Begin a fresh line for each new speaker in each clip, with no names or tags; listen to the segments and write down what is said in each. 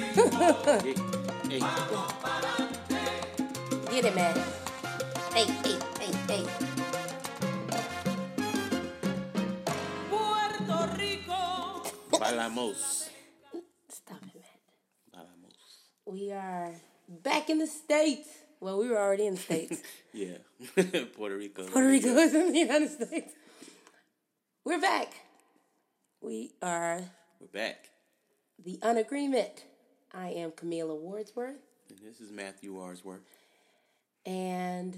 Hey, hey.
Get it, man. Hey, hey, hey, hey.
Puerto Rico.
Balamos.
Stop it, man.
Balamos.
We are back in the States. Well, we were already in the States.
Yeah. Puerto Rico.
Puerto Rico is in the United States. We're back. We are
We're back.
the Unagreement. I am Camila Wardsworth,
And this is Matthew Arsworth.
and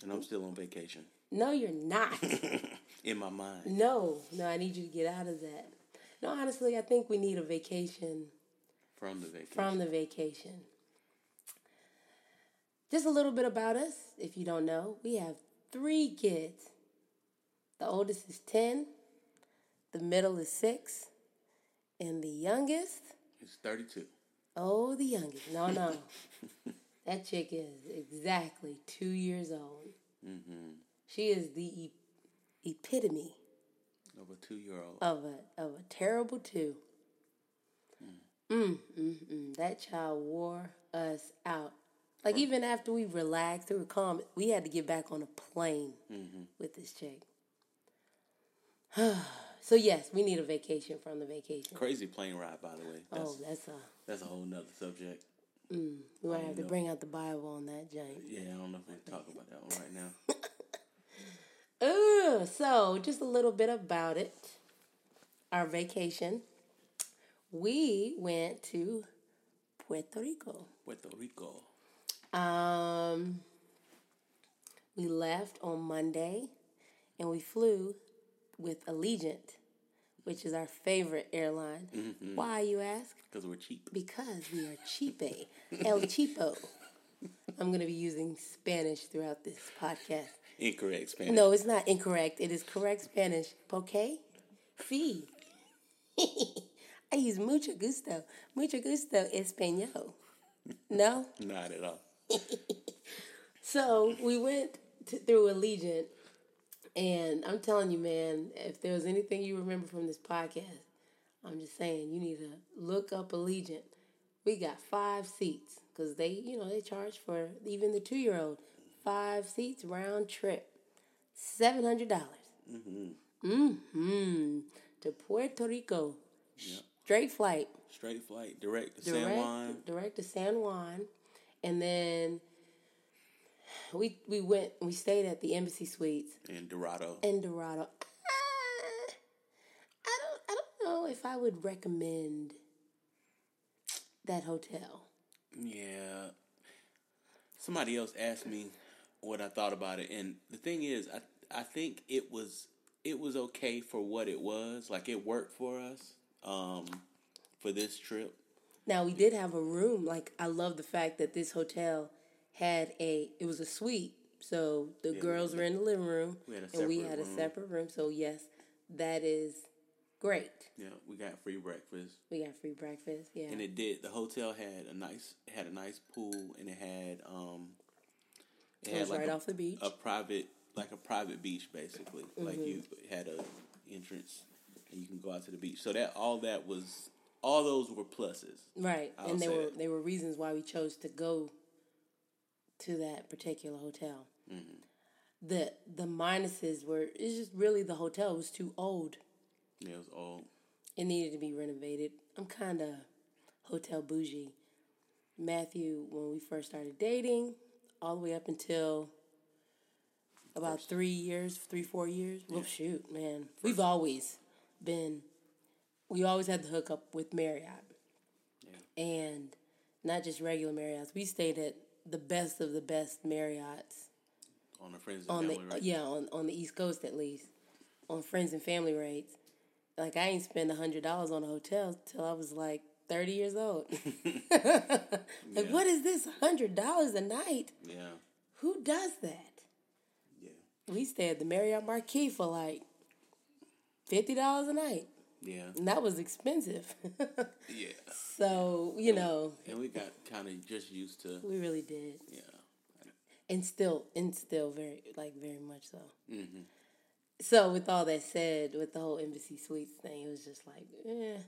And I'm still on vacation.
no, you're not.
In my mind.
no, no, I need you to get out of that. No, honestly, I think we need a vacation
From the vacation.
from the vacation. Just a little bit about us, if you don't know. We have three kids. The oldest is 10, the middle is 6, and the youngest,
it's 32.
oh, the youngest. No, no. that chick is exactly two years old. She is the e- epitome
Of a two year old.
of a of a terrible two. Mm, mm, mm. That child wore us out. Like even after we relaxed, we were calm. We had to get back on a plane with this chick. so yes, we need a vacation from the vacation.
Crazy plane ride, by the way. That's,
oh, that's a
that's a whole nother subject.
we might have to bring out the Bible on that giant.
Yeah, I don't know if we talk about that one right now.
Ugh, so just a little bit about it. Our vacation. We went to Puerto Rico.
Puerto Rico.
Um, we left on Monday, and we flew with Allegiant, which is our favorite airline. Why you ask?
Because we're cheap.
Because we are cheape, el cheapo. I'm gonna be using Spanish throughout this podcast.
Incorrect Spanish.
No, it's not incorrect. It is correct Spanish. Okay, sí. I use mucho gusto. Mucho gusto español. No.
Not at all.
So we went to, through Allegiant, and I'm telling you, man, if there was anything you remember from this podcast, I'm just saying you need to look up Allegiant. We got five seats because they, you know, they charge for even the two year old five seats round trip, seven hundred dollars. Mm-hmm. mm-hmm. To Puerto Rico, straight flight
Straight flight, direct to
direct,
San Juan.
direct to San Juan, and then we we went we stayed at the Embassy Suites
And Dorado.
in Dorado. Ah, I don't I don't know if I would recommend that hotel.
Yeah. Somebody else asked me what I thought about it, and the thing is, I I think it was it was okay for what it was. Like it worked for us um, for this trip.
Now we did have a room. Like I love the fact that this hotel had a it was a suite. So the girls were in the living room
we had a
and we
separate
had a
room.
separate room. So yes, that is great.
Yeah, we got free breakfast,
We got free breakfast. Yeah.
and it did. The hotel had a nice had a nice pool, and it had um, it,
was right off the beach.
a private like a private beach basically
Mm-hmm.
like you had a entrance and you can go out to the beach so that all that was all those were pluses
Right,
I'll
and there
say
were
it.
there were reasons why we chose to go to that particular hotel.
Mm-hmm.
The the minuses were it's just really the hotel was too old.
Yeah, it was all
It needed to be renovated. I'm kind of hotel bougie. Matthew, when we first started dating, all the way up until about three years, three four years. Well, shoot, man, we we've always been. We always had the hookup with Marriott and not just regular Marriotts. We stayed at the best of the best Marriotts
on the friends and
on the
family right
yeah on, on the East Coast at least on friends and family rates. Like I ain't spend a hundred dollars on a hotel till I was like thirty years old. like what is this hundred dollars a night?
yeah
Who does that?
yeah
We stayed at the Marriott Marquis for like fifty dollars a night,
yeah
and that was expensive.
yeah
so you know
and we got kind of just used to
we really did.
yeah
and still and still very like very much so so with all that said with the whole embassy suites thing it was just like eh,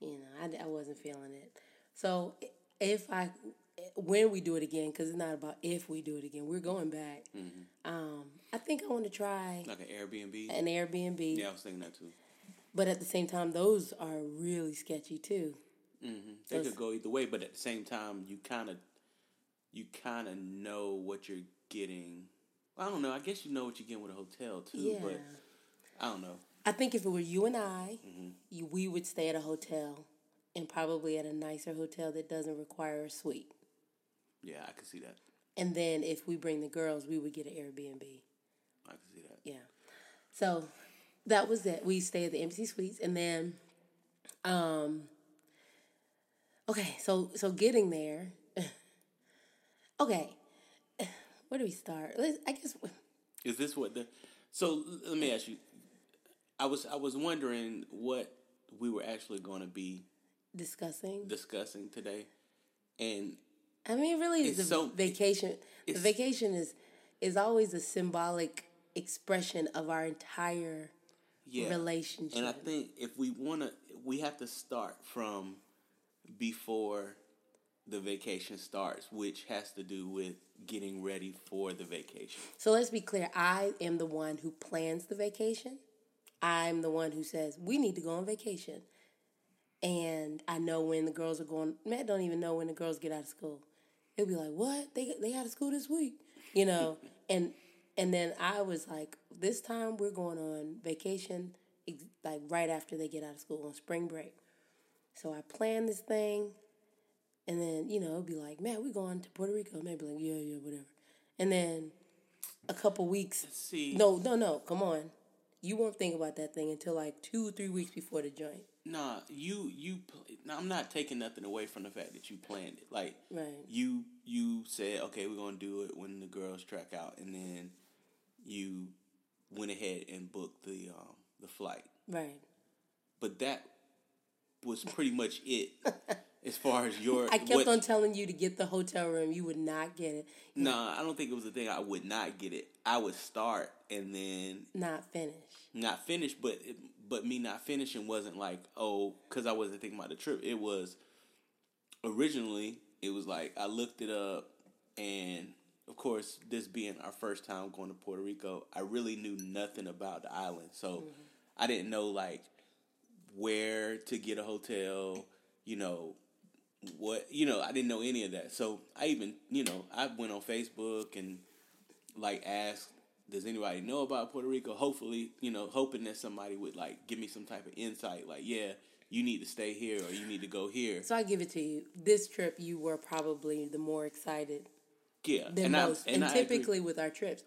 you know I, I wasn't feeling it So if I, when we do it again, because it's not about if we do it again, we're going back. Um, I think I want to try
Like an Airbnb.
an Airbnb,
Yeah, I was thinking that too.
but at the same time, those are really sketchy too.
They could go either way, but at the same time, you kind of, you kind of know what you're getting. I don't know. I guess you know what you're getting with a hotel too,
Yeah.
but I don't know.
I think if it were you and I, you, we would stay at a hotel and probably at a nicer hotel that doesn't require a suite.
Yeah, I could see that.
And then if we bring the girls, we would get an Airbnb.
I could see that.
Yeah. So that was it. We stayed at the embassy suites and then um okay, so so getting there. okay. Where do we start? Let's, I guess
Is this what the? So l- let me ask you. I was I was wondering what we were actually going to be
discussing.
discussing today, and
I mean, really,
It's
the
so-
vacation. The
it's-
vacation is is always a symbolic expression of our entire
yeah,
relationship.
and I think if we want to, we have to start from before the vacation starts, which has to do with getting ready for the vacation.
So let's be clear. I am the one who plans the vacation. I'm the one who says we need to go on vacation, and I know when the girls are going. Matt don't even know when the girls get out of school. They'll be like, "What? They they out of school this week?" You know, and and then I was like, "This time we're going on vacation, ex- like right after they get out of school on spring break." So I planned this thing, and then you know, it'd be like, "Man, we going to Puerto Rico?" Maybe like, "Yeah, yeah, whatever," and then a couple weeks.
See,
No, no, no. Come on. You won't think about that thing until like two, three weeks before the joint.
Nah, you you. Pl- nah, I'm not taking nothing away from the fact that you planned it. Like
Right.
you you said, okay, we're gonna do it when the girls track out, and then you went ahead and booked the um the flight.
Right.
But that was pretty much it as far as your.
I kept on telling you to get the hotel room. You would not get it.
Nah, I don't think it was a thing. I would not get it. I would start and then
Not finish.
not finish, but it, but me not finishing wasn't like oh, because I wasn't thinking about the trip. It was originally it was like I looked it up, and of course, this being our first time going to Puerto Rico, I really knew nothing about the island, so I didn't know like where to get a hotel, you know. What you know, I didn't know any of that. So I even you know I went on Facebook and like asked, does anybody know about Puerto Rico? Hopefully, you know, hoping that somebody would like give me some type of insight, like, yeah, you need to stay here or you need to go here.
So I give it to you. This trip, you were probably the more excited
Yeah.
than
I-
most. and
I agree-
typically with our trips,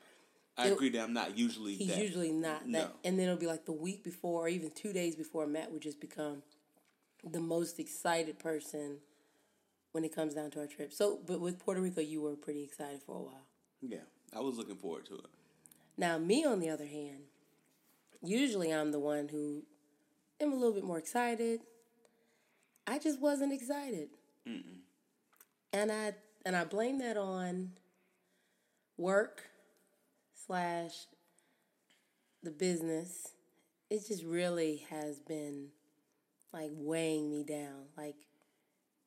I agree that I'm not usually
he's
that.
usually not that.
No.
And then it'll be like the week before or even two days before, Matt would just become the most excited person when it comes down to our trip. So, but with Puerto Rico, you were pretty excited for a while.
yeah. I was looking forward to it.
Now, me on the other hand, usually I'm the one who am a little bit more excited. I just wasn't excited, and I and I blame that on work slash the business. It just really has been like weighing me down. Like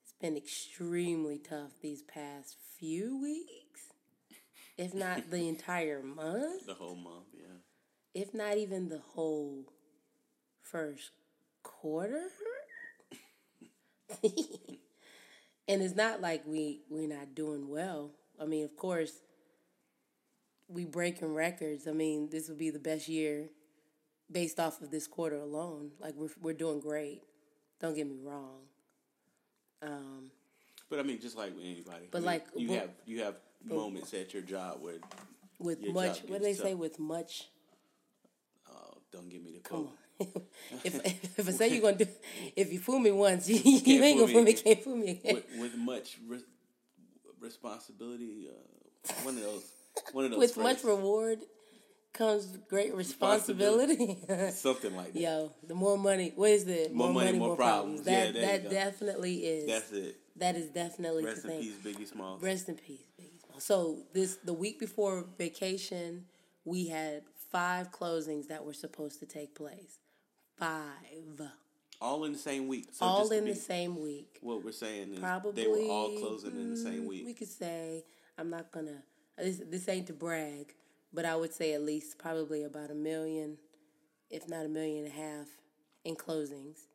it's been extremely tough these past few weeks, if not the entire month
The whole month, yeah.
if not even the whole first quarter. and it's not like we we're not doing well. I mean, of course, we breaking records. I mean, this would be the best year based off of this quarter alone. Like we're we're doing great. Don't get me wrong. Um,
But I mean just like with anybody.
But,
I mean,
like,
you
what-
have you have moments at your job where
with
Your
much,
job
what do they
gets
say?
tough.
With much
oh, don't give me the quote.
if if I say you're gonna do, if you fool me once, you, you ain't
fool
gonna fool me.
me
Can't fool me again.
with, with much re- responsibility, uh, one of those one of those
With much
phrases.
reward comes great responsibility.
something like that.
Yo, the more money, what is the
More money, more problems.
That
Yeah, there you
that
go.
definitely is.
That's it.
that is definitely
Rest
the thing.
in peace, Biggie Smalls.
Rest in peace, Biggie Smalls. So this the week before vacation, we had five closings that were supposed to take place. Five.
All in the same week. So
all
just to
in the
be-
same week.
What we're saying is
Probably
they were all closing in the same
mm,
week.
We could say I'm not gonna. This this ain't to brag, but I would say at least probably about a million, if not a million and a half, in closings.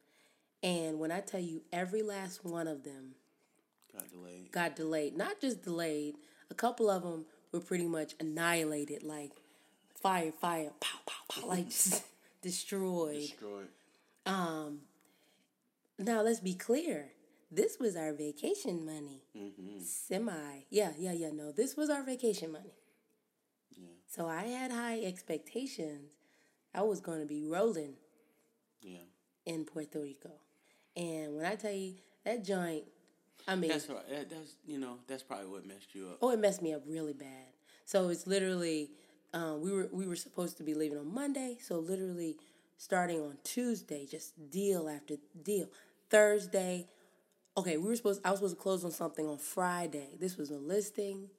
And when I tell you, every last one of them
Got delayed.
got delayed. Not just delayed. A couple of them were pretty much annihilated, like fire, fire, pow, pow, pow, like just destroyed.
Destroyed.
Now let's be clear. This was our vacation money. Semi. Yeah, yeah, yeah. No, this was our vacation money. So I had high expectations. I was going to be rolling
Yeah.
in Puerto Rico. And when I tell you that joint, I mean,
That's all right. That, that's you know that's probably what messed you up.
oh, it messed me up really bad. So it's literally, um, we were we were supposed to be leaving on Monday. So literally, starting on Tuesday, just deal after deal. Thursday, okay, we were supposed. I was supposed to close on something on Friday. This was a listing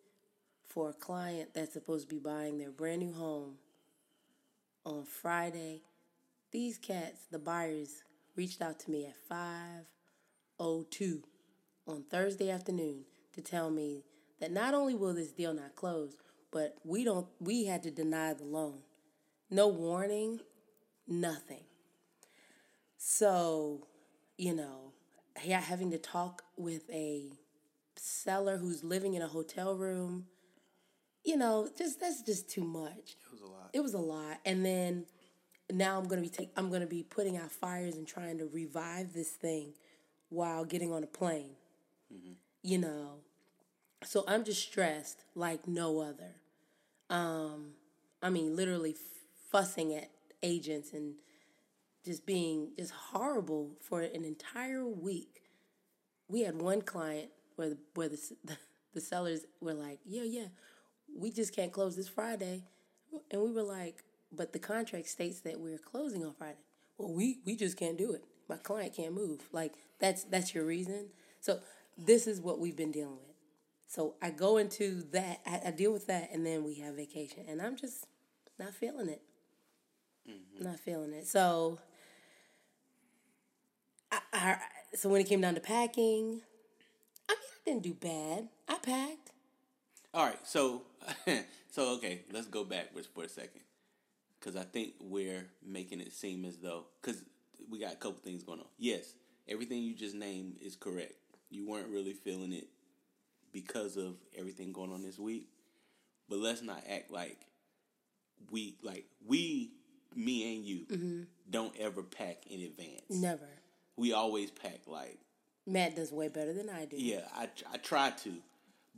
for a client that's supposed to be buying their brand new home on Friday. These cats, the buyers, reached out to me at five oh two on Thursday afternoon to tell me that not only will this deal not close, but we don't we had to deny the loan. No warning, nothing. So, you know, yeah, having to talk with a seller who's living in a hotel room, you know, just that's just too much.
It was a lot.
It was a lot. And then now I'm gonna be take, I'm gonna be putting out fires and trying to revive this thing while getting on a plane. You know, so I'm just stressed like no other. Um, I mean, literally fussing at agents and just being just horrible for an entire week we had one client where the where the, s- the sellers were like, "Yeah, yeah, we just can't close this Friday," and we were like, "But the contract states that we're closing on Friday." Well, we we just can't do it. My client can't move. Like that's that's your reason. So this is what we've been dealing with. So I go into that. I, I deal with that, and then we have vacation, and I'm just not feeling it. Not feeling it. So I, I- so when it came down to packing, I mean, I didn't do bad. I packed.
All right, so so okay, let's go backwards for a second, because I think we're making it seem as though because we got a couple things going on. Yes, everything you just named is correct. You weren't really feeling it because of everything going on this week, but let's not act like we like we me and you don't ever pack in advance.
Never.
We always pack like
Matt does way better than I do.
yeah, I I try to,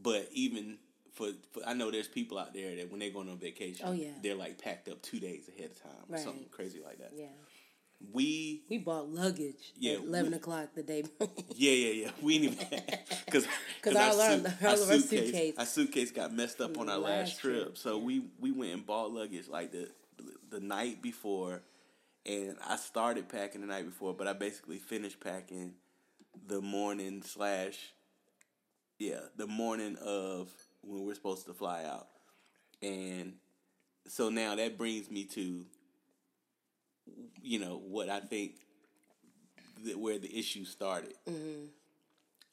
but even for, for I know there's people out there that when they're going on vacation,
Oh, yeah.
they're like packed up two days ahead of time or
Right.
something crazy like that.
Yeah.
We
We bought luggage
Yeah,
at 11
we-
o'clock the day before.
yeah yeah yeah we didn't even because
Because all our- all of our suitcase-
our suitcase got messed up on our last,
Last
trip,
trip,
so we we went and bought luggage like the the night before, and I started packing the night before, but I basically finished packing the morning slash yeah, the morning of when we're supposed to fly out. And so now that brings me to you know what I think that where the issue started.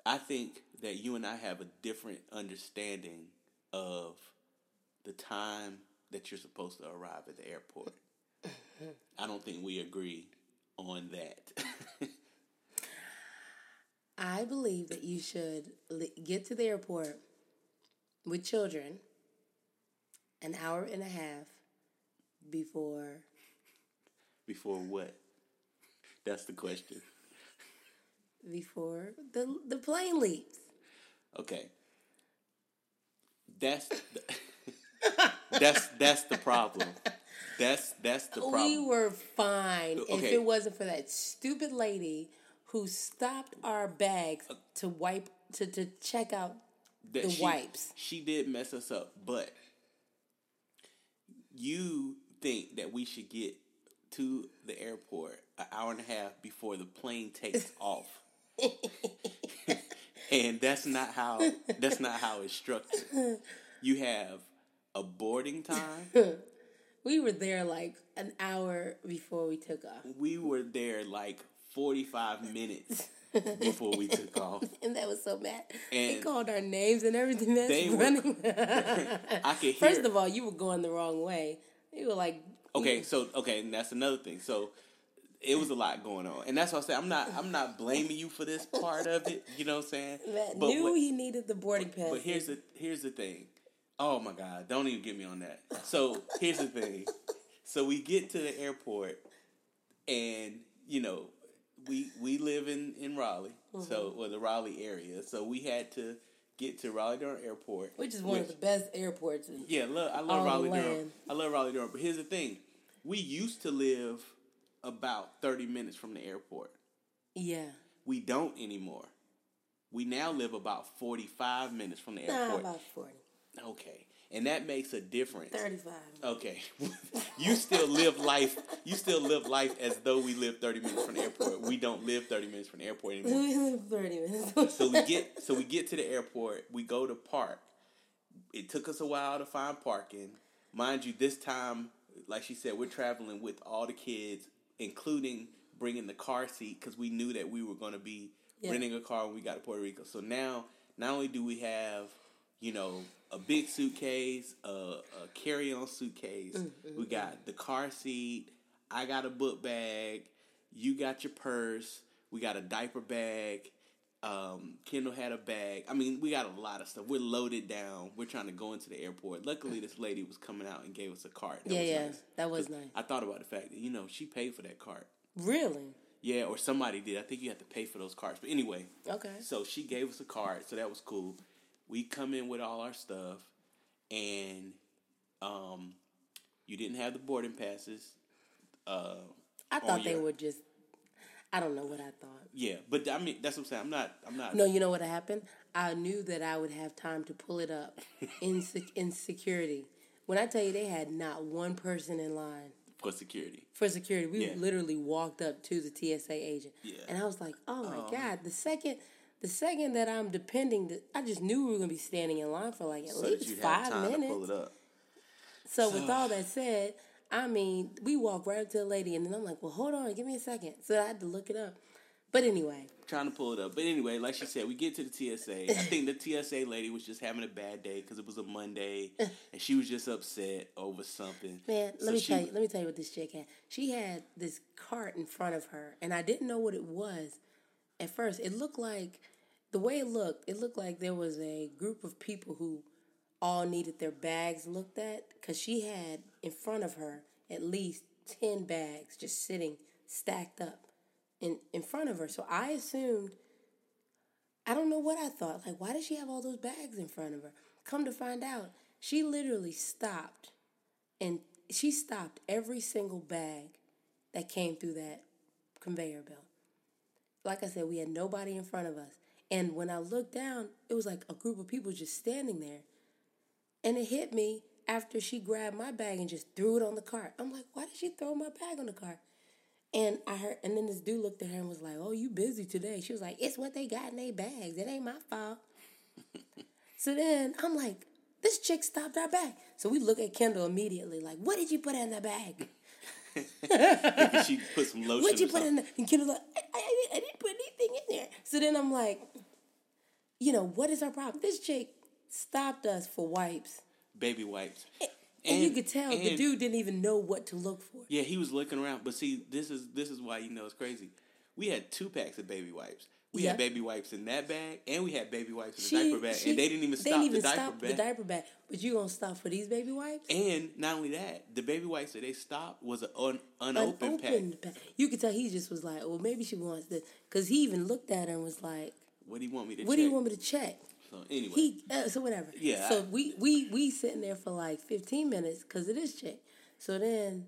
I think that you and I have a different understanding of the time that you're supposed to arrive at the airport. I don't think we agree on that.
I believe that you should li- get to the airport with children an hour and a half before
Before what? That's the question.
before the the plane leaves.
Okay. That's that's that's the problem. That's that's the
We
problem.
were fine if
Okay.
it wasn't for that stupid lady who stopped our bags
Uh,
to wipe to, to check out.
that
the
she-
wipes.
She did mess us up, but you think that we should get to the airport an hour and a half before the plane takes off. and that's not how that's not how it's structured. You have a boarding time.
We were there like an hour before we took off.
We were there like forty five minutes before we took off.
And that was so bad. they
And-
called our names and everything. That's
They were-
running.
I could hear.
First of all, you were going the wrong way. You were like,
okay, so okay, and that's another thing. So it was a lot going on, and that's why I say I'm not I'm not blaming you for this part of it. You know what I'm saying?
Matt
But
knew
what-
he needed the boarding pass.
But here's the here's the thing. Oh my God! Don't even get me on that. So here's the thing. So we get to the airport, and you know, we we live in in Raleigh,
Mm-hmm.
so or the Raleigh area. So we had to get to Raleigh Durham Airport,
which is one of the best airports. In,
yeah, look, I
all
love
the
Raleigh Durham.
land.
I love Raleigh Durham. But here's the thing: we used to live about thirty minutes from the airport.
yeah.
We don't anymore. We now live about forty-five minutes from the
Nah,
airport.
about 40.
Okay, and that makes a difference.
35.
Okay, you still live life. You still live life as though we live thirty minutes from the airport. We don't live thirty minutes from the airport anymore.
We live 30 minutes.
Uh, So we get so we get to the airport. We go to park. It took us a while to find parking, mind you. This time, like she said, we're traveling with all the kids, including bringing the car seat because we knew that we were going to be
Yeah.
renting a car when we got to Puerto Rico. So now, not only do we have you know a big suitcase, a, a carry on suitcase, we got the car seat. I got a book bag. You got your purse. We got a diaper bag. Um, Kendall had a bag. I mean, we got a lot of stuff. We're loaded down. We're trying to go into the airport. Luckily, this lady was coming out and gave us a cart. That
yeah,
was
yeah.
nice.
That was nice.
I thought about the fact that you know she paid for that cart.
Really?
Yeah, or somebody did. I think you have to pay for those carts. But anyway,
Okay.
so she gave us a card, so that was cool. We come in with all our stuff, and um, you didn't have the boarding passes. Uh,
I thought they
your-
were just, I don't know what I thought.
yeah, but I mean that's what I'm saying. I'm not. I'm not.
No, you know what happened? I knew that I would have time to pull it up in, sec- in security. When I tell you they had not one person in line
for security.
for security, we
Yeah.
literally walked up to the TSA agent.
Yeah.
And I was like, oh my God, the second the second that I'm depending, to, I just knew we were going to be standing in line for like at
So that
least
you have
five
time
minutes.
to pull it up.
So with all that said, I mean, we walked right up to the lady, and then I'm like, "Well, hold on, give me a second. So I had to look it up. But anyway,
Trying to pull it up, but anyway, like she said, we get to the TSA. I think the TSA lady was just having a bad day because it was a Monday, and she was just upset over something.
man, let
So
me
she-
tell you, let me tell you what this chick had. She had this cart in front of her, and I didn't know what it was at first. It looked like the way it looked. It looked like there was a group of people who all needed their bags looked at because she had in front of her at least ten bags just sitting stacked up in in front of her. So I assumed I don't know what I thought. Like, why does she have all those bags in front of her? Come to find out, she literally stopped and she stopped every single bag that came through that conveyor belt. Like I said, we had nobody in front of us. And when I looked down, it was like a group of people just standing there. And it hit me after she grabbed my bag and just threw it on the cart. I'm like, why did she throw my bag on the cart? And I heard, and then this dude looked at her and was like, "Oh, you busy today?" She was like, "It's what they got in their bags. It ain't my fault." so then I'm like, "This chick stopped our bag." So we look at Kendall immediately, like, "What did you put in that bag?
Thinking she put some lotion.
What
or
did you put
something.
in?" The, and Kendall's like, I, I, "I didn't put anything in there." So then I'm like, "You know what is our problem? This chick stopped us for wipes,
baby wipes.
and, you could tell the
and-
dude didn't even know what to look for."
Yeah, he was looking around. But see, this is this is why you know it's crazy. We had two packs of baby wipes. We had
Yeah.
baby wipes in that bag, and we had baby wipes in the
She-
diaper bag,
she-
and they didn't even stop
didn't
the diaper
stop
bag.
the diaper bag. But you gonna stop for these baby wipes?
and not only that, the baby wipes that they stopped was an un- unopened pack.
Unopened pack. You could tell he just was like, well, maybe she wants this, because he even looked at her and was like,
What do you want me to
what
check?
do you want me to check?
So anyway,
He uh, so whatever.
Yeah,
So
I-
we we we sitting there for like fifteen minutes because of this chick. So then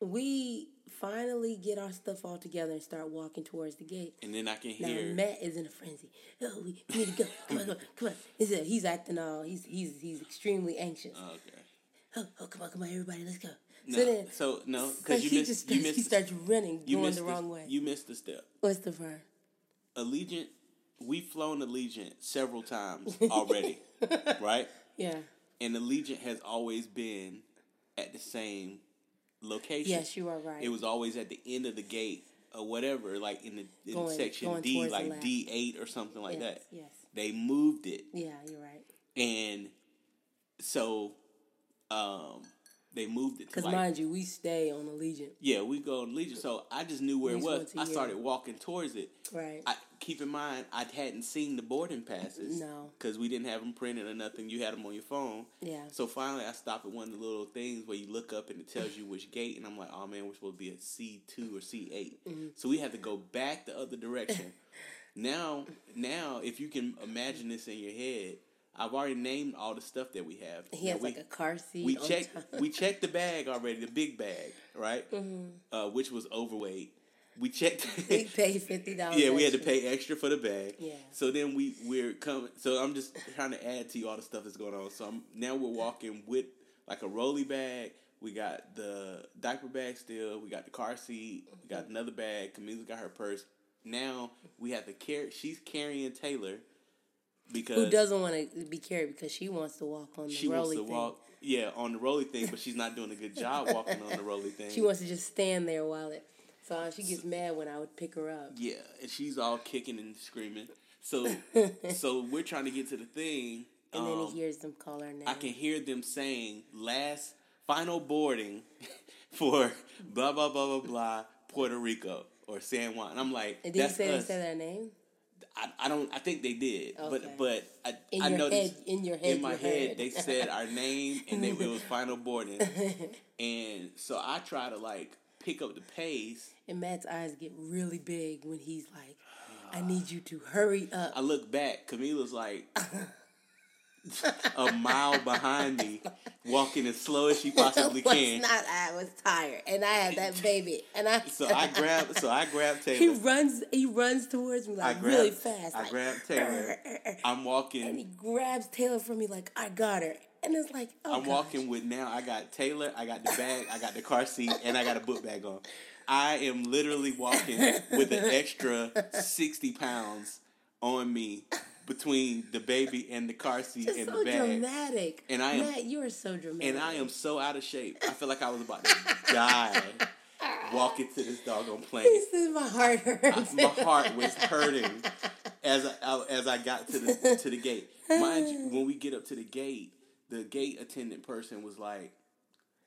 we finally get our stuff all together and start walking towards the gate.
and then I can
Now
hear.
Matt is in a frenzy. Oh, we, we need to go. Come on, come on, come on. He's, uh, he's acting all. He's he's he's extremely anxious.
okay.
oh, oh, come on, come on, everybody, let's go.
Uh. No,
so then,
so no,
so
because
he
you missed.
just
You
starts- he
missed. the-
starts running,
You
going
missed
the wrong way.
You missed the step.
What's the first?
Allegiant. We've flown Allegiant several times already, right?
Yeah,
and Allegiant has always been at the same location.
yes, you are right.
It was always at the end of the gate or whatever, like in the in
Going-
section
going
D,
towards the
like
left.
D eight or something like
yes,
that.
yes.
They moved it,
Yeah, you're right.
and so um, they moved it to
Because
like
mind you, we stay on Allegiant,
yeah, we go to Legion. So I just knew where it
Least
was.
once a
I
year.
started walking towards it.
right?
I keep in mind I hadn't seen the boarding passes.
No.
because we didn't have them printed or nothing. You had them on your phone.
yeah.
So finally, I stopped at one of the little things where you look up and it tells you which gate, and I'm like, oh man, we're supposed to be at C two or C 8
Mm-hmm.
So we had to go back the other direction. now, now, if you can imagine this in your head, I've already named all the stuff that we have.
he
Now,
has
we,
like a car seat.
we
on the
checked
top.
we checked the bag already, the big bag, right?
Mm-hmm.
Uh, which was overweight. We checked.
we paid fifty dollars.
Yeah, we had to pay extra for the bag.
Yeah.
So then we we're coming. So I'm just trying to add to you all the stuff that's going on. So I'm now we're walking with like a rolly bag. We got the diaper bag still. We got the car seat. We
Mm-hmm.
got another bag. Camila's got her purse. Now we have to carry. She's carrying Taylor because
Who doesn't want to be carried because she wants to walk on the
she wants
rolly
to
thing.
walk. Yeah, on the rolly thing, but she's not doing a good job walking on the rolly thing.
She wants to just stand there while it. So she gets mad when I would pick her up.
Yeah, and she's all kicking and screaming. So, so we're trying to get to the thing.
And
um,
then he hears them call her name.
I can hear them saying last final boarding for blah blah blah blah blah Puerto Rico or San Juan. And I'm like,
and did you
that's
say they
us.
said their name?
I, I don't. I think they did,
Okay.
but but I,
In
I
your
know
head,
this
in your head,
in my
you
head
heard.
they said our name and they, it was final boarding, and so I try to like pick up the pace.
And Matt's eyes get really big when he's like, "I need you to hurry up."
I look back, Camila's like a mile behind me, walking as slow as she possibly
was
can.
not I was tired, and I had that baby, and I.
So I grab, so I grab
he
Taylor.
runs. He runs towards me
I
like
grab,
really fast.
I
like,
grab Taylor. I'm
and he
walking.
grabs Taylor from me like I got her, and it's like oh,
I'm
gosh.
walking with now. I got Taylor. I got the bag. I got the car seat, and I got a book bag on. I am literally walking with an extra sixty pounds on me between the baby and the car seat
It's
and
so
the bag.
dramatic.
And I am-
Matt, you are so dramatic.
And I am so out of shape. I feel like I was about to die walking to this doggone plane.
This is my heart hurts.
My heart was hurting as I- I as I got to the to the gate. Mind you, when we get up to the gate, the gate attendant person was like,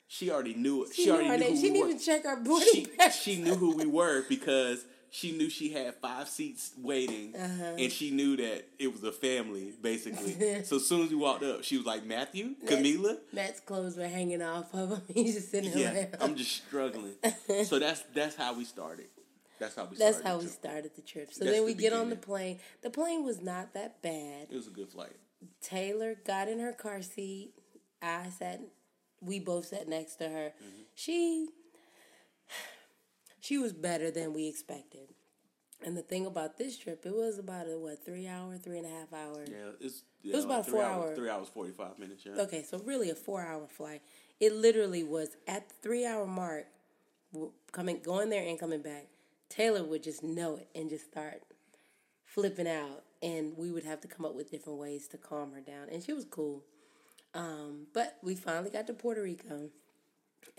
she already knew it. She,
knew our
already
name.
knew
She
who we
didn't
were.
even check our boarding
She
pass.
she knew who we were because she knew she had five seats waiting,
Uh-huh.
and she knew that it was a family basically. so as soon as we walked up, she was like, Matthew, Camila.
Matt's clothes were hanging off of him. He's just sitting there.
Yeah,
like-
I'm just struggling. So that's that's how we started. That's how we.
That's
started
how we
the trip.
started the trip. So
That's
then we
the
get on the
beginning.
plane. The plane was not that bad.
It was a good flight.
Taylor got in her car seat. I sat. We both sat next to her. She. She was better than we expected. And the thing about this trip, it was about a what three hour, three and a half hour.
Yeah, it's. Yeah,
was about a
three
four-hour-
hours, Three hours forty five minutes. Yeah.
Okay, so really a four hour flight. It literally was at the three hour mark, w- coming going there and coming back. Taylor would just know it and just start flipping out, and we would have to come up with different ways to calm her down. And she was cool, um, but we finally got to Puerto Rico,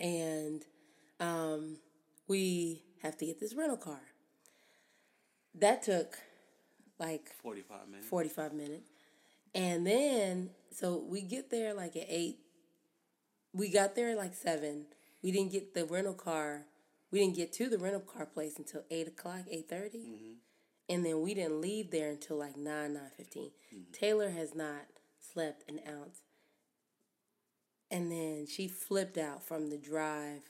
and um, we have to get this rental car. That took like
Forty five minutes.
45 minutes. And then, so we get there like at 8. We got there at like 7. We didn't get the rental car. We didn't get to the rental car place until 8 o'clock, 8.30. And then we didn't leave there until like 9, 9.15. Taylor has not slept an ounce. And then she flipped out from the drive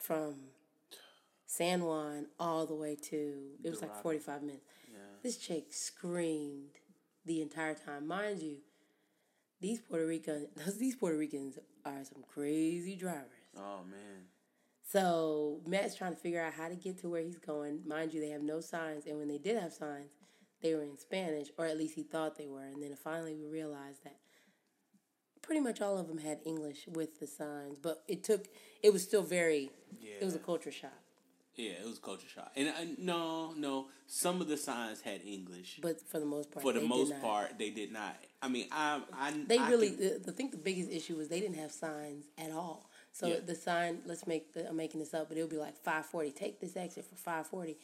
from San Juan all the way to, it was like 45 minutes. This chick screamed the entire time. Mind you, these Puerto Rican these Puerto Ricans are some crazy drivers.
Oh man.
So Matt's trying to figure out how to get to where he's going. Mind you, they have no signs, and when they did have signs, they were in Spanish, or at least he thought they were. And then finally, we realized that pretty much all of them had English with the signs, but it took. It was still very. It was a
Yeah.
culture shock,
Yeah, it was a culture shock. And I, no, no, some of the signs had English.
but for the most part,
For the
they did
most
not.
part, they did not. I mean, I, I
They
I
really,
could-
the, the, I think the biggest issue was they didn't have signs at all. So
Yeah.
the sign, let's make the, I'm making this up, but it'll be like 540. Take this exit for 540.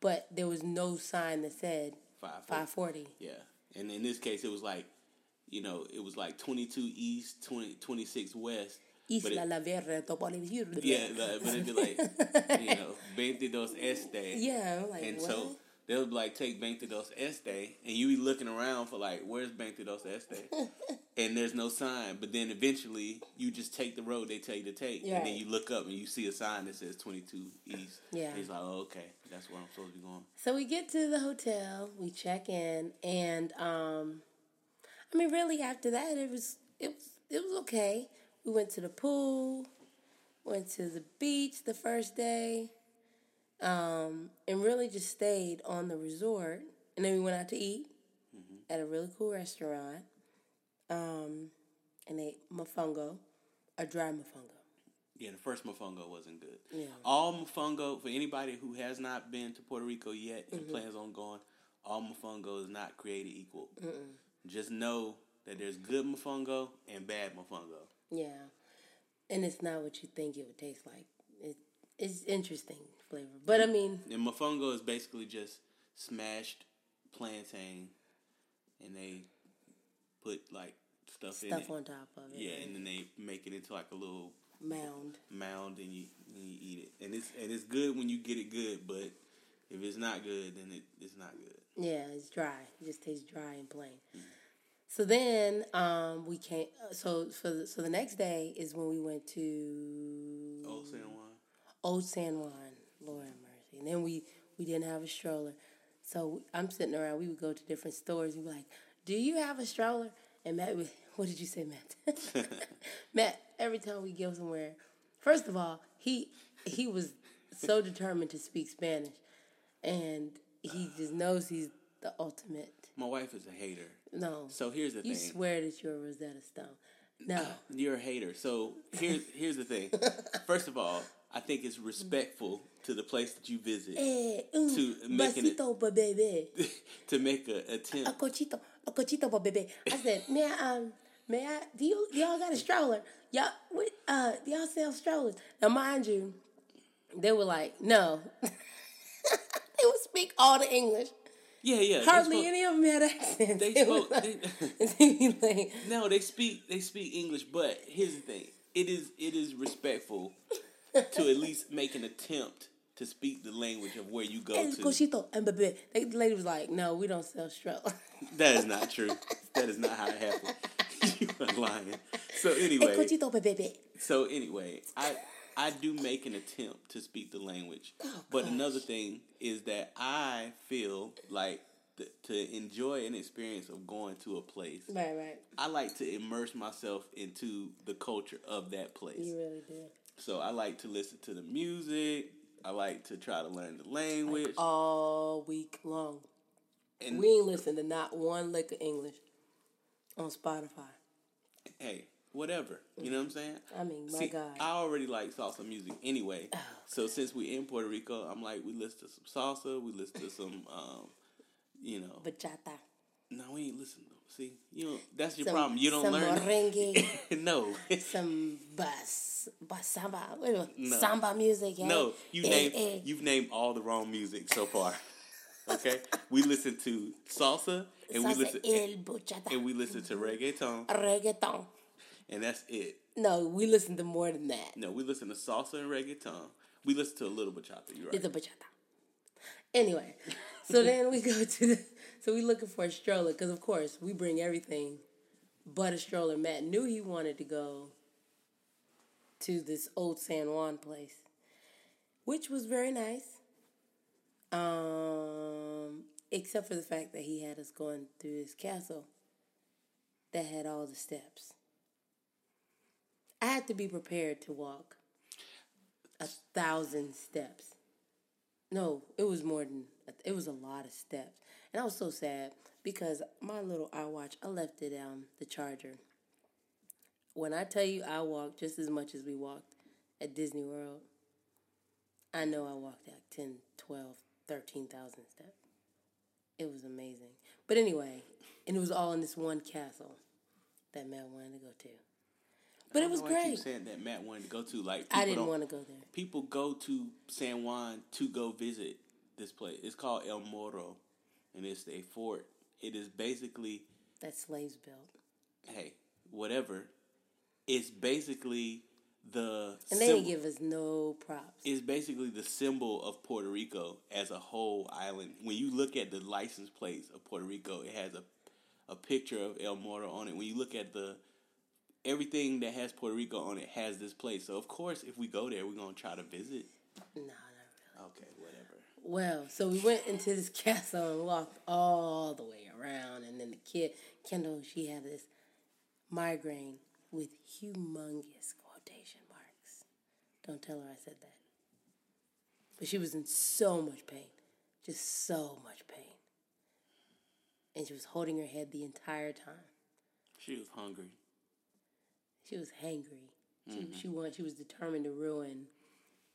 But there was no sign that said
Five. foot.
540.
Yeah. And in this case, it was like, you know, it was like 22 East, 20, 26 West. but
Isla
it,
La Verra, Topolivio.
yeah, like, but it'd be like, you know, 22 Este.
Yeah, I'm like,
And
what?
so they'll be like, take 22 Este. And you be looking around for like, where's 22 Este? and there's no sign. But then eventually you just take the road they tell you to take. And then
Right.
you look up and you see a sign that says 22 East.
Yeah.
And it's like, oh, okay, that's where I'm supposed to be going.
So we get to the hotel, we check in, and um, I mean, really, after that, it was it was it was okay. We went to the pool, went to the beach the first day, um, and really just stayed on the resort, and then we went out to eat at a really cool restaurant, um, and ate mofongo, a dry mofongo.
Yeah, the first mofongo wasn't good.
Yeah.
All mofongo for anybody who has not been to Puerto Rico yet
Mm-hmm.
and plans on going, all mofongo is not created equal. Just know that there's good mofongo and bad mofongo.
Yeah, and it's not what you think it would taste like. It it's interesting flavor, but I mean,
And mofongo is basically just smashed plantain, and they put like stuff, in
stuff
it.
on top of it.
yeah, and then they make it into like a little
mound.
mound, and you and you eat it. And it's and it's good when you get it good, but if it's not good, then it, it's not good.
Yeah, it's dry. It just tastes dry and plain.
Mm-hmm.
So then um, we can't. So for the, so the next day is when we went to
Old San Juan.
Old Oh, San Juan, Lord have mercy. And then we we didn't have a stroller, so I'm sitting around. We would go to different stores and be like, "Do you have a stroller?" And Matt, would, what did you say, Matt? Matt, every time we go somewhere, first of all, he he was so determined to speak Spanish, and he just knows he's the ultimate.
My wife is a hater.
No,
So here's the
you
thing. Oh.
swear that you're a Rosetta Stone. No,
You're a hater. So here's here's the thing. First of all, I think it's respectful to the place that you visit
eh, mm,
To making it-
besito, pa baby.
to make a
a
attempt.
cochito, a cochito, but baby. I said, may I, um, may I, do you, y'all got a stroller? Y'all, what, uh, do y'all sell strollers? Now, mind you, they were like, no. they would speak all the English.
Yeah, yeah. they
Hardly
spoke-
any of them had accents.
They
It was
spoke.
like-
They,
It's like,
no, they speak. They speak English, but here's the thing. It is it is respectful to at least make an attempt to speak the language of where you go
"El
to.
cochito and bebé. They- The lady was like, no, we don't sell strollers.
That is not true. That is not how it happened. you are lying. So
El
anyway,
cochito, bebé.
So anyway, I I do make an attempt to speak the language, but another thing is that I feel like th- to enjoy an experience of going to a place,
Right, right.
I like to immerse myself into the culture of that place.
You really did.
So I like to listen to the music. I like to try to learn the language.
All week long.
and
Oh, We ain't listened to not one lick of English on Spotify.
hey, whatever. You know what I'm saying?
I mean, my
See,
God. Oh,
I already like salsa music anyway. so since we in Puerto Rico, I'm like, we listen to some salsa, we listen to some, um, you know.
Bachata.
no, we ain't listen to. See, you know, that's your
Some-
problem. You don't
some
learn.
merengue.
no,
Some bus, bus samba, wait a minute, samba music. Yeah?
no. You
Eh,
name
eh.
you've named all the wrong music so far. okay, we listen to salsa and we
Salsa,
listen
el Mm-hmm. bachata,
and we listen to reggaeton,
reggaeton.
and that's it.
No, we listen to more than that.
No, we listen to salsa and reggaeton. We listen to a little bachata. You're right.
It's a bachata. Anyway, so then we go to the, so we looking for a stroller because of course we bring everything, but a stroller. Matt knew he wanted to go to this old San Juan place, which was very nice. Um, except for the fact that he had us going through this castle that had all the steps. I had to be prepared to walk a thousand steps. No, it was more than it was a lot of steps, and I was so sad because my little iWatch, I left it um the charger. When I tell you I walked just as much as we walked at Disney World, I know I walked like 10, 12, 13,000 steps. It was amazing. But anyway, and it was all in this one castle that Matt wanted to go to. But
I
it was
don't know why I keep
great.
saying that Matt wanted to go to like people
I didn't
don't-
want to go there.
people go to San Juan to go visit this place. It's called El Morro, and it's a fort. It is basically
That slaves built.
hey whatever. It's basically the
And they didn't
symbol-
give us no props.
is basically the symbol of Puerto Rico as a whole island. When you look at the license plates of Puerto Rico, it has a a picture of El Morro on it. When you look at the everything that has Puerto Rico on it has this place. So of course, if we go there, we're gonna try to visit.
No, not really.
Okay, whatever.
Well, so we went into this castle and walked all the way around, and then the kid Kendall, she had this migraine with humongous quotation marks. Don't tell her I said that. But she was in so much pain, just so much pain, and she was holding her head the entire time.
She was hungry.
She was hangry. She, she wanted. She was determined to ruin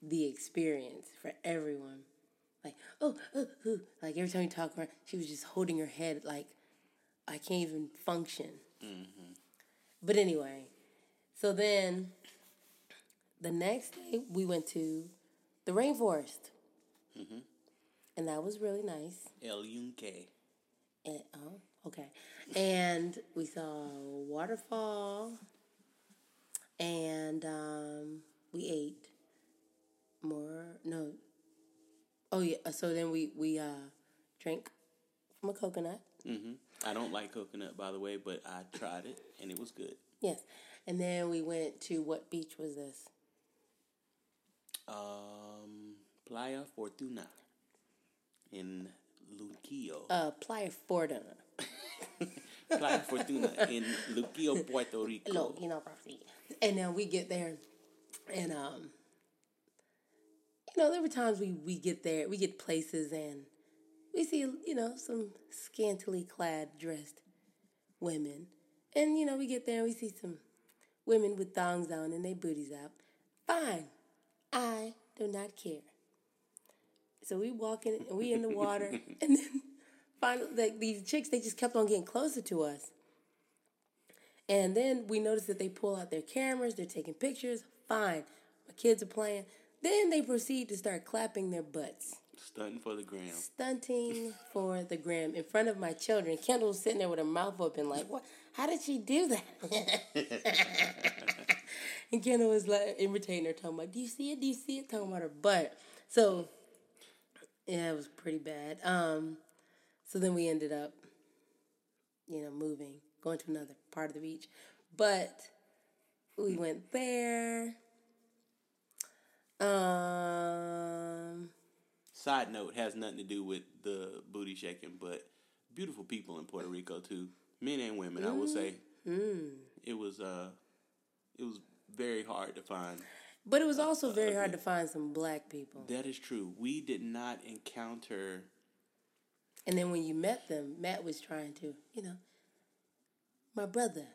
the experience for everyone. Like oh, oh, oh. like every time you talk to her, she was just holding her head like I can't even function. But anyway, so then the next day we went to the rainforest, and that was really nice.
El Yunque.
And, oh, okay. And we saw a waterfall, and um, we ate more. No. Oh yeah. So then we we uh, drank from a coconut.
hmm I don't like coconut, by the way, but I tried it and it was good.
Yes. And then we went to what beach was this?
Um, Playa Fortuna in Luquillo.
Uh, Playa Fortuna.
Playa Fortuna in Luquillo, Puerto Rico.
Look, you know, property. And then we get there, and um, you know, there were times we we get there, we get places, and we see you know some scantily clad, dressed women, and you know we get there and we see some women with thongs on and their booties out. Fine, I do not care. So we walk in and we in the water, and then finally, like these chicks, they just kept on getting closer to us. And then we notice that they pull out their cameras, they're taking pictures. Fine. My kids are playing. Then they proceed to start clapping their butts,
Stunting for the gram.
stunting for the gram in front of my children. Kendall was sitting there with her mouth open, like, what? How did she do that? and Kendall was like, imitating her, talking about, do you see it? Do you see it? Talking about her butt. So, yeah, it was pretty bad. Um, so then we ended up, you know, moving, going to another part of the beach. But we went there. Um,
Side note has nothing to do with the booty shaking, but beautiful people in Puerto Rico too, men and women. I will say it was uh, it was very hard to find.
but it was also very hard to find some black people.
That is true. We did not encounter.
And then when you met them, Matt was trying to, you know, my brother.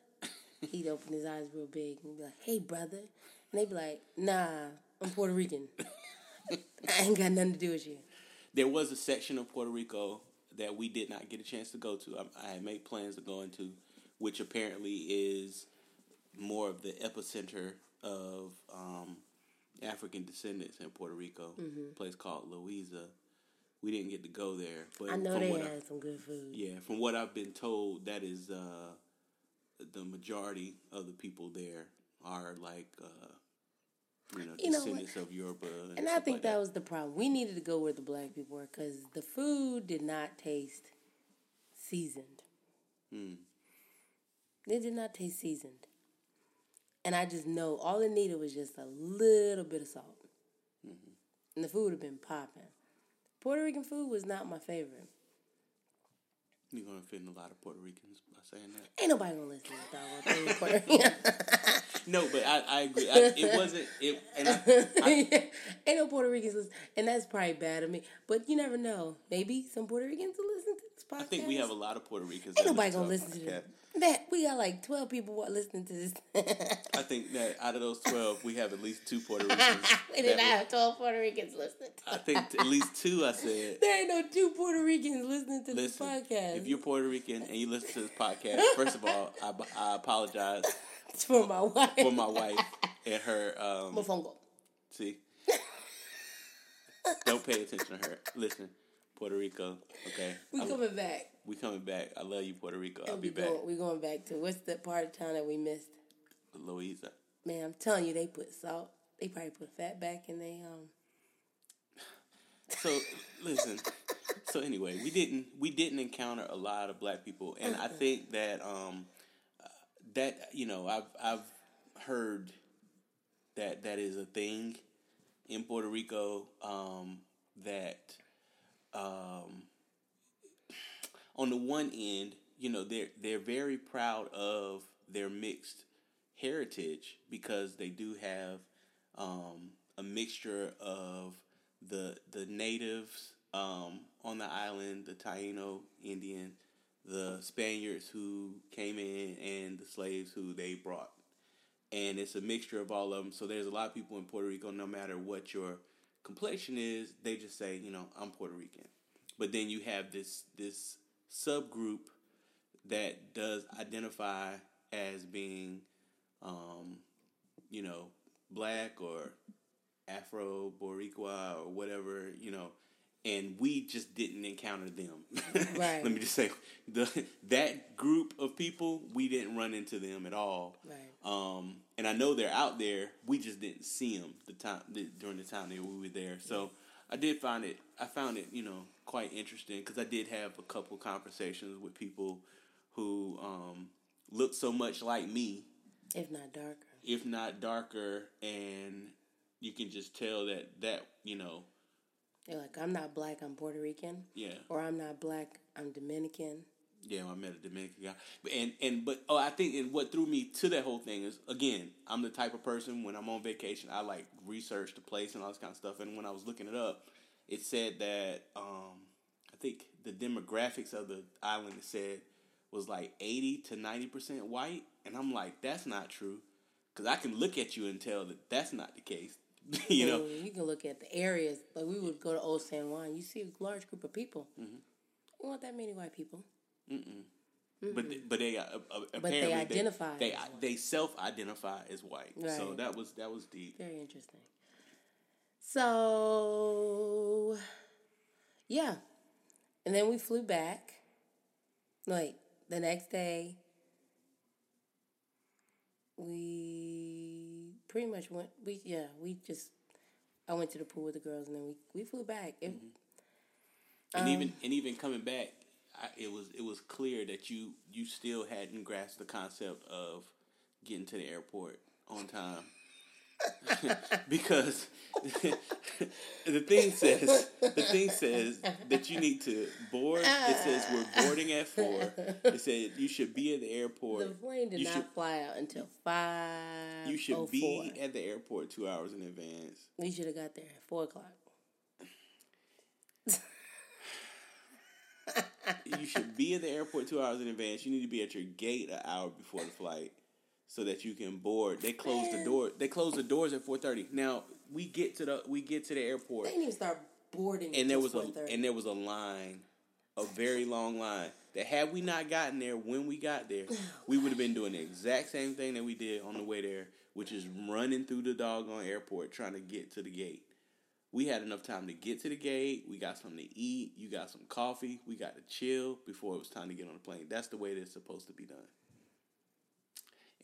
He'd open his eyes real big and be like, hey, brother. And they'd be like, nah, I'm Puerto Rican. I ain't got nothing to do with you.
There was a section of Puerto Rico that we did not get a chance to go to. I, I had made plans to go into, which apparently is more of the epicenter of um, African descendants in Puerto Rico.
Mm-hmm.
A place called Louisa. We didn't get to go there, but
I know
from
they
what I-
had some good food.
Yeah, from what I've been told, that is uh, the majority of the people there are like uh, you know
You know what?
descendants of Yoruba, and,
And I
stuff
think
like
that was the problem. We needed to go where the black people were because the food did not taste seasoned.
Hmm.
It did not taste seasoned. And I just know all it needed was just a little bit of salt.
Mm-hmm.
And the food would have been popping. Puerto Rican food was not my favorite.
you're gonna offend a lot of Puerto Ricans by saying that.
Ain't nobody gonna listen to dog. Puerto Rican.
No, but I, I agree. I, it wasn't it, and I,
Ain't no Puerto Ricans listen. And that's probably bad of me. But you never know. Maybe some Puerto Ricans will listen to this podcast.
I think we have a lot of Puerto Ricans.
Ain't
that
nobody gonna
our
listen to
podcast.
this. Matt, we got like twelve people wa- listening to this.
I think that out of those twelve, we have at least two Puerto Ricans.
we did
that
not have twelve Puerto Ricans listening. To
were- I think at least two. I said.
there ain't no two Puerto Ricans listening to
Listen,
this podcast.
if you're Puerto Rican and you listen to this podcast, first of all, I, I apologize
It's for my wife.
for my wife and her. Um,
Mofongo.
see, don't pay attention to her. Listen, Puerto Rico. Okay,
We
I-
coming back.
we coming back. I love you, Puerto Rico. I'll be
we
back.
Going, we going back to what's the part of town that we missed?
Louisa.
Man, I'm telling you, they put salt. They probably put fat back in they um.
So listen. So anyway, we didn't we didn't encounter a lot of black people, and I think that um uh, that you know I've I've heard that that is a thing in Puerto Rico um that um on the one end you know they're they're very proud of their mixed heritage because they do have um, a mixture of the the natives um, on the island, the Taino Indian, the Spaniards who came in, and the slaves who they brought. And it's a mixture of all of them. So there's a lot of people in Puerto Rico. No matter what your complexion is, they just say, you know, I'm Puerto Rican. But then you have this this subgroup that does identify as being um, you know, black or Afro Boricua or whatever, you know, and we just didn't encounter them.
Right.
Let me just say the that group of people, we didn't run into them at all.
Right.
Um, and I know they're out there. We just didn't see them the time the, during the time that we were there. So I did find it. I found it, you know, quite interesting because I did have a couple conversations with people who um, looked so much like me
If not darker.
if not darker, and you can just tell that that you know,
They're like, I'm not black. I'm Puerto Rican.
yeah,
Or I'm not black. I'm Dominican.
yeah. I met a Dominican guy, but and and but oh, I think and what threw me to that whole thing is again, I'm the type of person when I'm on vacation, I like research the place and all this kind of stuff. And when I was looking it up, it said that um, I think the demographics of the island it said was like 80 to 90 percent white, and I'm like, that's not true. Cause I can look at you and tell that that's not the case, you know.
Ooh, you can look at the areas. Like we would go to Old San Juan. You see a large group of people.
Mm-hmm.
We want that many white people.
But th- but they uh, uh, apparently
Mm-hmm. they identify
they
as
they, self identify as white. So
Right.
that was that was deep.
Very interesting. So, yeah. And then we flew back. Wait, the next day, we pretty much went, we, yeah, we just, I went to the pool with the girls and then we, we flew back. It,
And even and even coming back, I, it was it was clear that you you still hadn't grasped the concept of getting to the airport on time. because the thing says the thing says that you need to board. It says we're boarding at four. It said you should be at the airport.
The plane did
Mm-hmm. you
not
should-
fly out until five. oh
You should be at the airport two hours in advance.
We should have got there at four o'clock.
you should be at the airport two hours in advance. You need to be at your gate an hour before the flight so that you can board. They close the door. They close the doors at four thirty. Now we get to the we get to the airport
They didn't even start boarding.
and there was a
and
and there was a line, a very long line. That had we not gotten there when we got there, we would have been doing the exact same thing that we did on the way there, which is running through the doggone airport trying to get to the gate. We had enough time to get to the gate. We got something to eat. You got some coffee. We got to chill before it was time to get on the plane. That's the way that's supposed to be done.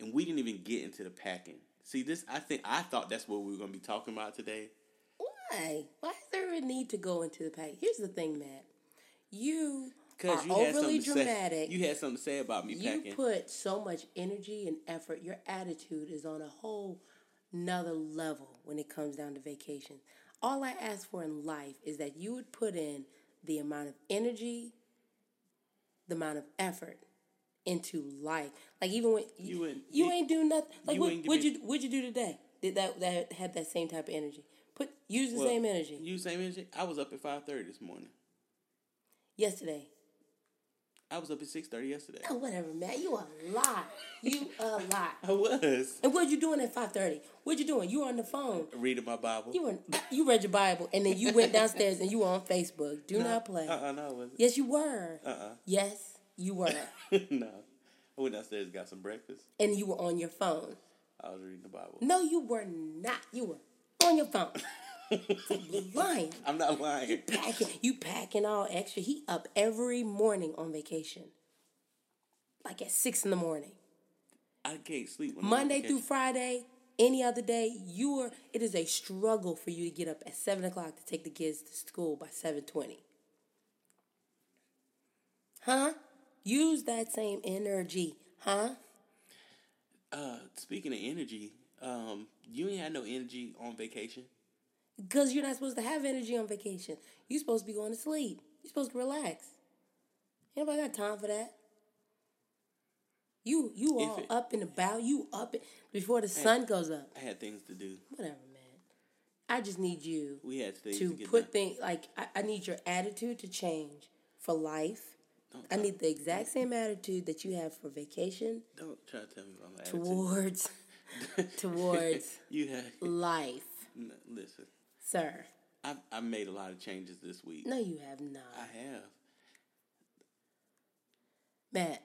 And we didn't even get into the packing. See, this I think I thought that's what we were going to be talking about today.
Why? Why is there a need to go into the pack? Here's the thing, Matt. You are
Because you had
overly
something
dramatic.
To say, you had something to say about me
You
packing.
put so much energy and effort. Your attitude is on a whole nother level when it comes down to vacation. All I ask for in life is that you would put in the amount of energy, the amount of effort into life. Like even when you
You ain't-
you, ain't do nothing. Like
you
what
ain't give
would
me-
you would you do today? Did that that had that same type of energy? Put use the
Well,
same energy.
You same energy. I was up at five thirty this morning.
Yesterday.
I was up at six thirty yesterday.
Oh, whatever, Matt. You a lie. You a lie.
I was
And what you doing at five thirty? What you doing? You were on the phone.
reading my Bible.
You were you read your Bible and then you went downstairs and you were on Facebook.
Uh-uh.
Do not play.
Uh uh no, I wasn't.
Yes, you were. Yes, you were.
no, I I went downstairs and got some breakfast.
and you were on your phone.
I was reading the Bible.
No, you were not. You were on your phone. you lying.
I'm not lying.
Packing. You packing all extra. He up every morning on vacation. Like at six in the morning.
I can't sleep. When I'm on
Monday through
vacation.
Friday, any other day, you are it is a struggle for you to get up at seven o'clock to take the kids to school by seven twenty. Huh? Use that same energy, huh?
Uh, speaking of energy, um, you ain't had no energy on vacation.
Because you're not supposed to have energy on vacation. You're supposed to be going to sleep. You're supposed to relax. Ain't nobody got time for that. You you
If
all
it-
up and about. You up before the sun goes up.
I had things to do.
Whatever, man. I just need you
We had things to,
to
get
put
done.
things like I, I need your attitude to change for life. I need the exact same attitude that you have for vacation
Don't try to tell me about my attitude.
towards towards
You had
life,
n- listen.
sir.
I I made a lot of changes this week.
No, you have not,
I have.
Matt.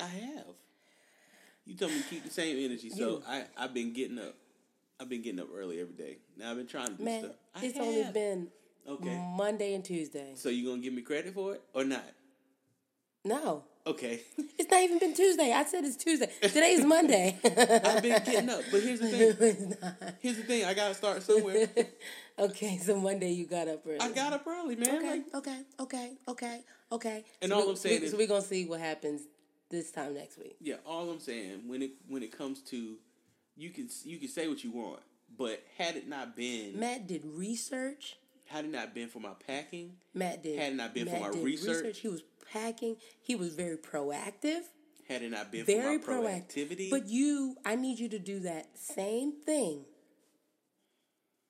I have. You told me to keep the same energy, so I I've been getting up. I've been getting up early every day. Now I've been trying to do
Matt,
stuff. I
it's only
have.
been Mm.
okay.
Monday and Tuesday.
So you gonna give me credit for it or not?
No,
Okay.
it's not even been Tuesday. I said it's Tuesday. Today is Monday.
I've been getting up, but here's the thing.
It's not.
Here's the thing. I gotta start somewhere.
okay, so Monday you got up early.
I got up early, man.
okay,
Like
okay, okay, okay, okay.
And
So
all
we-
I'm saying
we,
is-
so we're gonna see what happens this time next week.
yeah. All I'm saying when it when it comes to you can you can say what you want, but had it not been
Matt did research.
had it not been for my packing,
Matt did.
Had it not been for
Matt
my
did
research.
he was packing. He was very proactive.
had it not been
Very
for my
proactive.
proactivity,
But you, I need you to do that same thing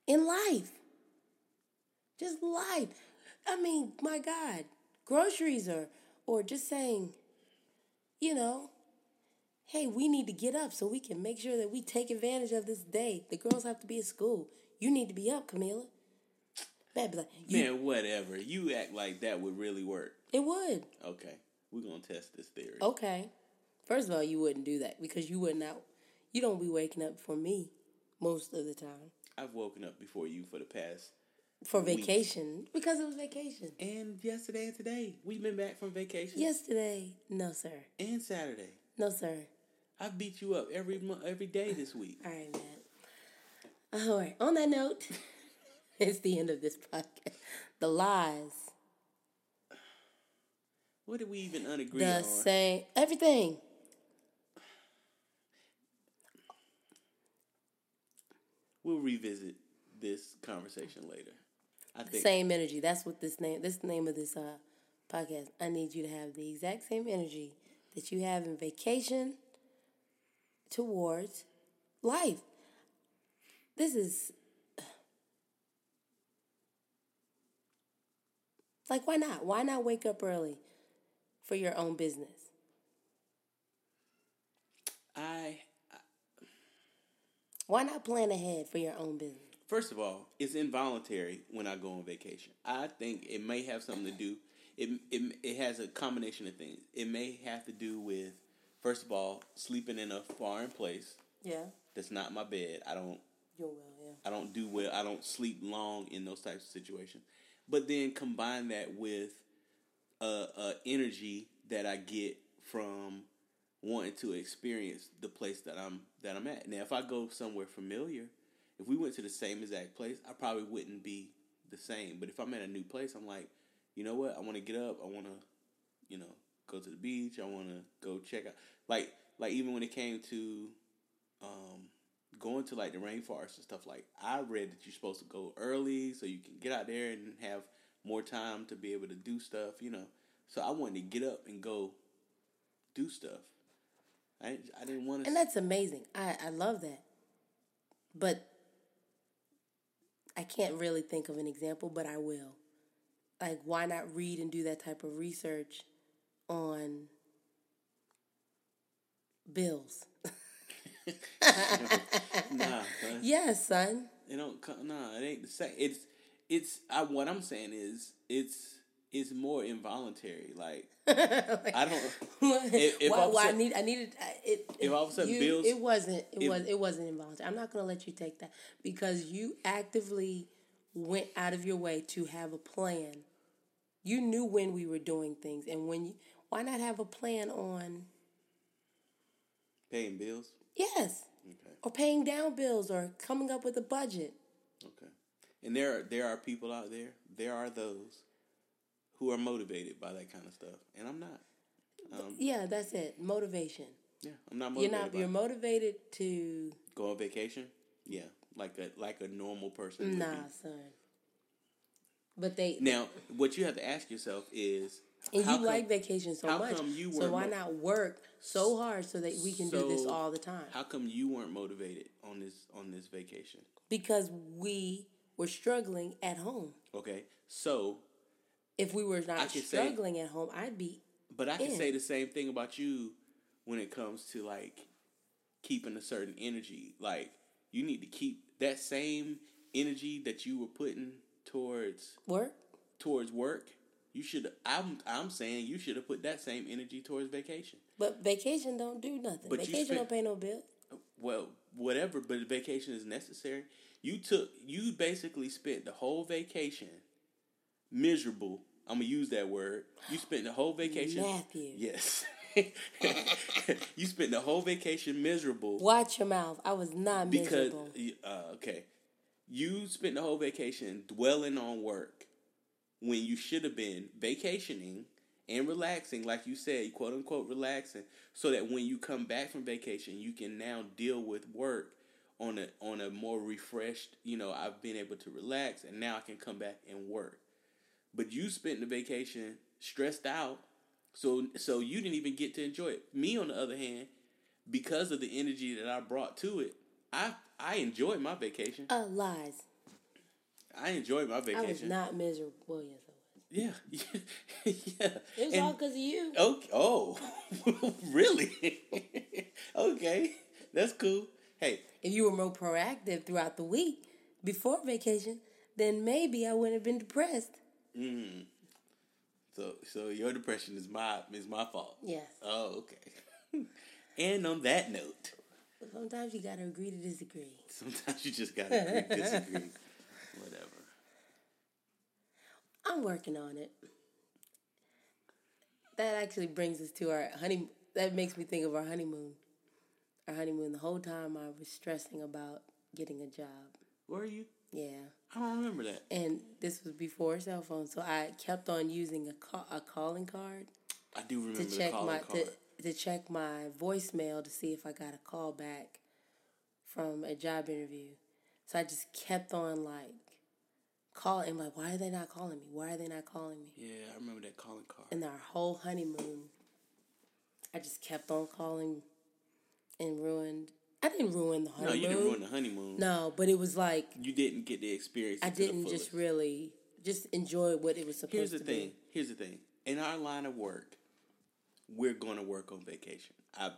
in life. Just life. I mean, my God, groceries or or just saying, you know, hey, we need to get up so we can make sure that we take advantage of this day. The girls have to be at school. You need to be up, Camila. Man, be like, you,
man, whatever. You act like that would really work.
it would.
Okay, we're gonna test this theory.
Okay. First of all, you wouldn't do that because you wouldn't out. You don't be waking up for me most of the time
I've woken up before you for the past,
for vacation because it was vacation.
and yesterday and today we've been back from vacation.
Yesterday, no sir,
and Saturday.
no sir.
I beat you up every mo- every day this week.
All right, man. All right. On that note, it's the end of this podcast. The lies,
What did we even unagree
the
on?
same, everything.
we'll revisit this conversation later. I think
Same energy. That's what this name. This is the name of this uh podcast. I need you to have the exact same energy that you have in vacation towards life. This is like why not? Why not wake up early for your own business?
I
Why not plan ahead for your own business?
first of all, it's involuntary when I go on vacation. I think it may have something to do. It it it has a combination of things. It may have to do with first of all sleeping in a foreign place
Yeah,
that's not my bed. I don't
you will. Yeah,
I don't do well. I don't sleep long in those types of situations. But then combine that with uh, uh energy that I get from wanting to experience the place that I'm that I'm at. Now, if I go somewhere familiar, if we went to the same exact place, I probably wouldn't be the same. But if I'm at a new place, I'm like, you know what? I want to get up. I want to, you know, go to the beach. I want to go check out. Like like even when it came to um, going to like the rainforest and stuff like I read that you're supposed to go early so you can get out there and have more time to be able to do stuff, you know. So I wanted to get up and go do stuff. I didn't, I didn't want to.
and that's amazing. I I love that, but I can't really think of an example, but I will. Like, why not read and do that type of research on bills?
nah, son.
Yes, son.
it don't come. Nah, it ain't the same. It's it's. I what I'm saying is it's it's more involuntary. Like
Like,
I don't.
if,
If- if
why,
all of a
why I
sudden-
need I needed I- it.
If all of a sudden
you-
bills-
it wasn't it
if-
was it wasn't involuntary. I'm not gonna let you take that because you actively went out of your way to have a plan. You knew when we were doing things and when you. Why not have a plan on
Paying bills.
yes
Okay.
or paying down bills or coming up with a budget?
Okay. And there are there are people out there. There are those who are motivated by that kind of stuff, and I'm not. Um,
yeah, that's it. Motivation.
Yeah, I'm not
You're
motivated.
not.
by
You're
it.
motivated to
go on vacation. Yeah, like a like a normal person. would
nah,
be.
son. But they
Now, what you have to ask yourself is,
And
how
you
come-
like vacation so
how
much.
come you
so
were
why
mo-
not work so hard so that we can do this
So,
all the time?
How come you weren't motivated on this on this vacation?
because we were struggling at home.
Okay, so
If we were
I
not
could say-
struggling at home, I'd be
but I can
Yeah.
say the same thing about you when it comes to like keeping a certain energy. Like you need to keep that same energy that you were putting towards
work.
towards work. You should. I'm I'm saying you should have put that same energy towards vacation.
But vacation don't do nothing.
But you
vacation
spent-
don't pay no bill.
well, whatever, but vacation is necessary. You took, you basically spent the whole vacation miserable. I'm gonna use that word. You spent the whole vacation.
Matthew.
Yes. you spent the whole vacation miserable
Watch your mouth. I was not
because
miserable.
uh, okay, you spent the whole vacation dwelling on work when you should have been vacationing and relaxing, like you said, quote unquote relaxing, so that when you come back from vacation, you can now deal with work on a on a more refreshed. You know, I've been able to relax, and now I can come back and work. But you spent the vacation stressed out, so so you didn't even get to enjoy it. Me, on the other hand, because of the energy that I brought to it, I I enjoyed my vacation.
Uh, lies.
I enjoyed my
I was
vacation.
not miserable. Well, yes, I was.
yeah, yeah.
It was
And-
all because of you.
okay. Oh, really? okay, that's cool. Hey,
If you were more proactive throughout the week before vacation, then maybe I wouldn't have been depressed.
so so your depression is my is my fault.
Yes.
Oh, okay. and on that note,
Sometimes you gotta agree to disagree.
sometimes you just gotta agree, disagree, whatever.
I'm working on it. That actually brings us to our honey. That makes me think of our honeymoon. Our honeymoon. The whole time I was stressing about getting a job.
Where are you?
Yeah,
I don't remember that.
and this was before cell phone, so I kept on using a call, a calling card
I do remember
to
the
check
calling
my
card.
to to check my voicemail to see if I got a call back from a job interview. So I just kept on like calling. Like, why are they not calling me? Why are they not calling me?
yeah, I remember that calling card.
and our whole honeymoon, I just kept on calling and ruined. I didn't ruin the
no,
honeymoon.
you didn't ruin the honeymoon.
No, but it was like
You didn't get the experience.
I
to the
didn't
fullest.
just really just enjoy what it was supposed
Here's the
to
thing.
be.
Here's the thing. In our line of work, we're going to work on vacation. I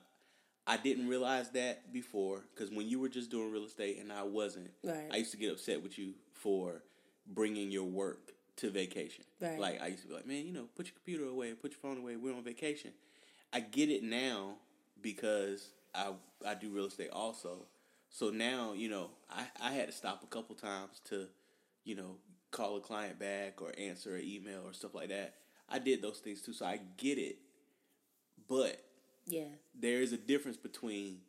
I didn't realize that before because when you were just doing real estate and I wasn't,
Right.
I used to get upset with you for bringing your work to vacation.
Right.
Like I used to be like, man, you know, put your computer away, put your phone away. We're on vacation. I get it now because I I do real estate also. So now you know I I had to stop a couple times to you know, call a client back or answer an email or stuff like that. I did those things too, so I get it. But
Yeah,
there is a difference between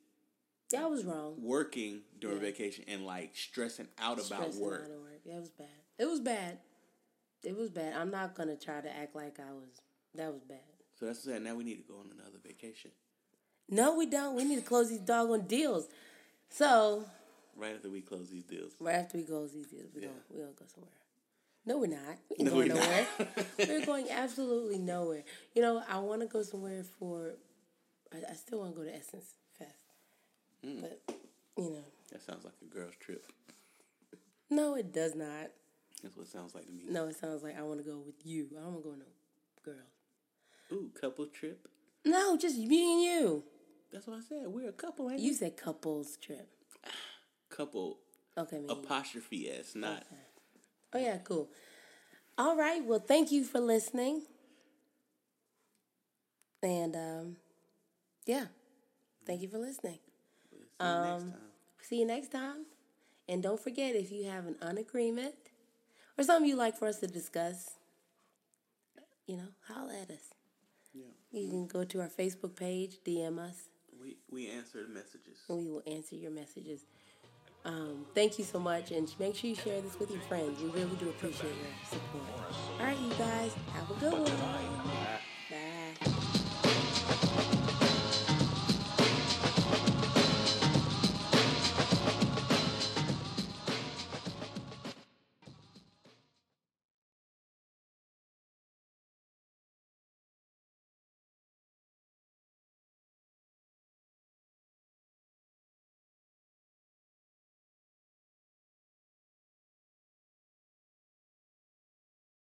that was wrong.
working during vacation and like stressing out about
Stressing
work.
out at work. That was bad. It was bad. It was bad. I'm not gonna try to act like I was. That was bad.
So that's what I'm saying. Now we need to go on another vacation
No, we don't. We need to close these doggone deals. So
right after we close these deals.
Right after we close these deals, we're gonna we gonna go somewhere. No, we're not. We ain't
No,
going
we're not.
nowhere. we're going absolutely nowhere. You know, I want to go somewhere for. I, I still want to go to Essence Fest,
Hmm.
but you know,
That sounds like a girl's trip.
no, it does not.
That's what it sounds like to me.
No, it sounds like I want to go with you. I don't want to go with no girls.
Ooh, couple trip.
No, just me and you.
That's what I said. We're a couple, ain't
You
you?
said couples trip.
Couple
Okay, me. and you.
apostrophe s, not
Oh yeah, cool. All right. Well, thank you for listening. And um, yeah, thank you for listening. Um, See
See you next time.
you next time. And don't forget if you have an unagreement or something you'd like for us to discuss, you know, holla at us.
Yeah.
You can go to our Facebook page, DM us,
We we answer the messages.
and we will answer your messages. Um, thank you so much, and make sure you share this with your friends. We really do appreciate your support. All right, you guys, have a good one.
Bye.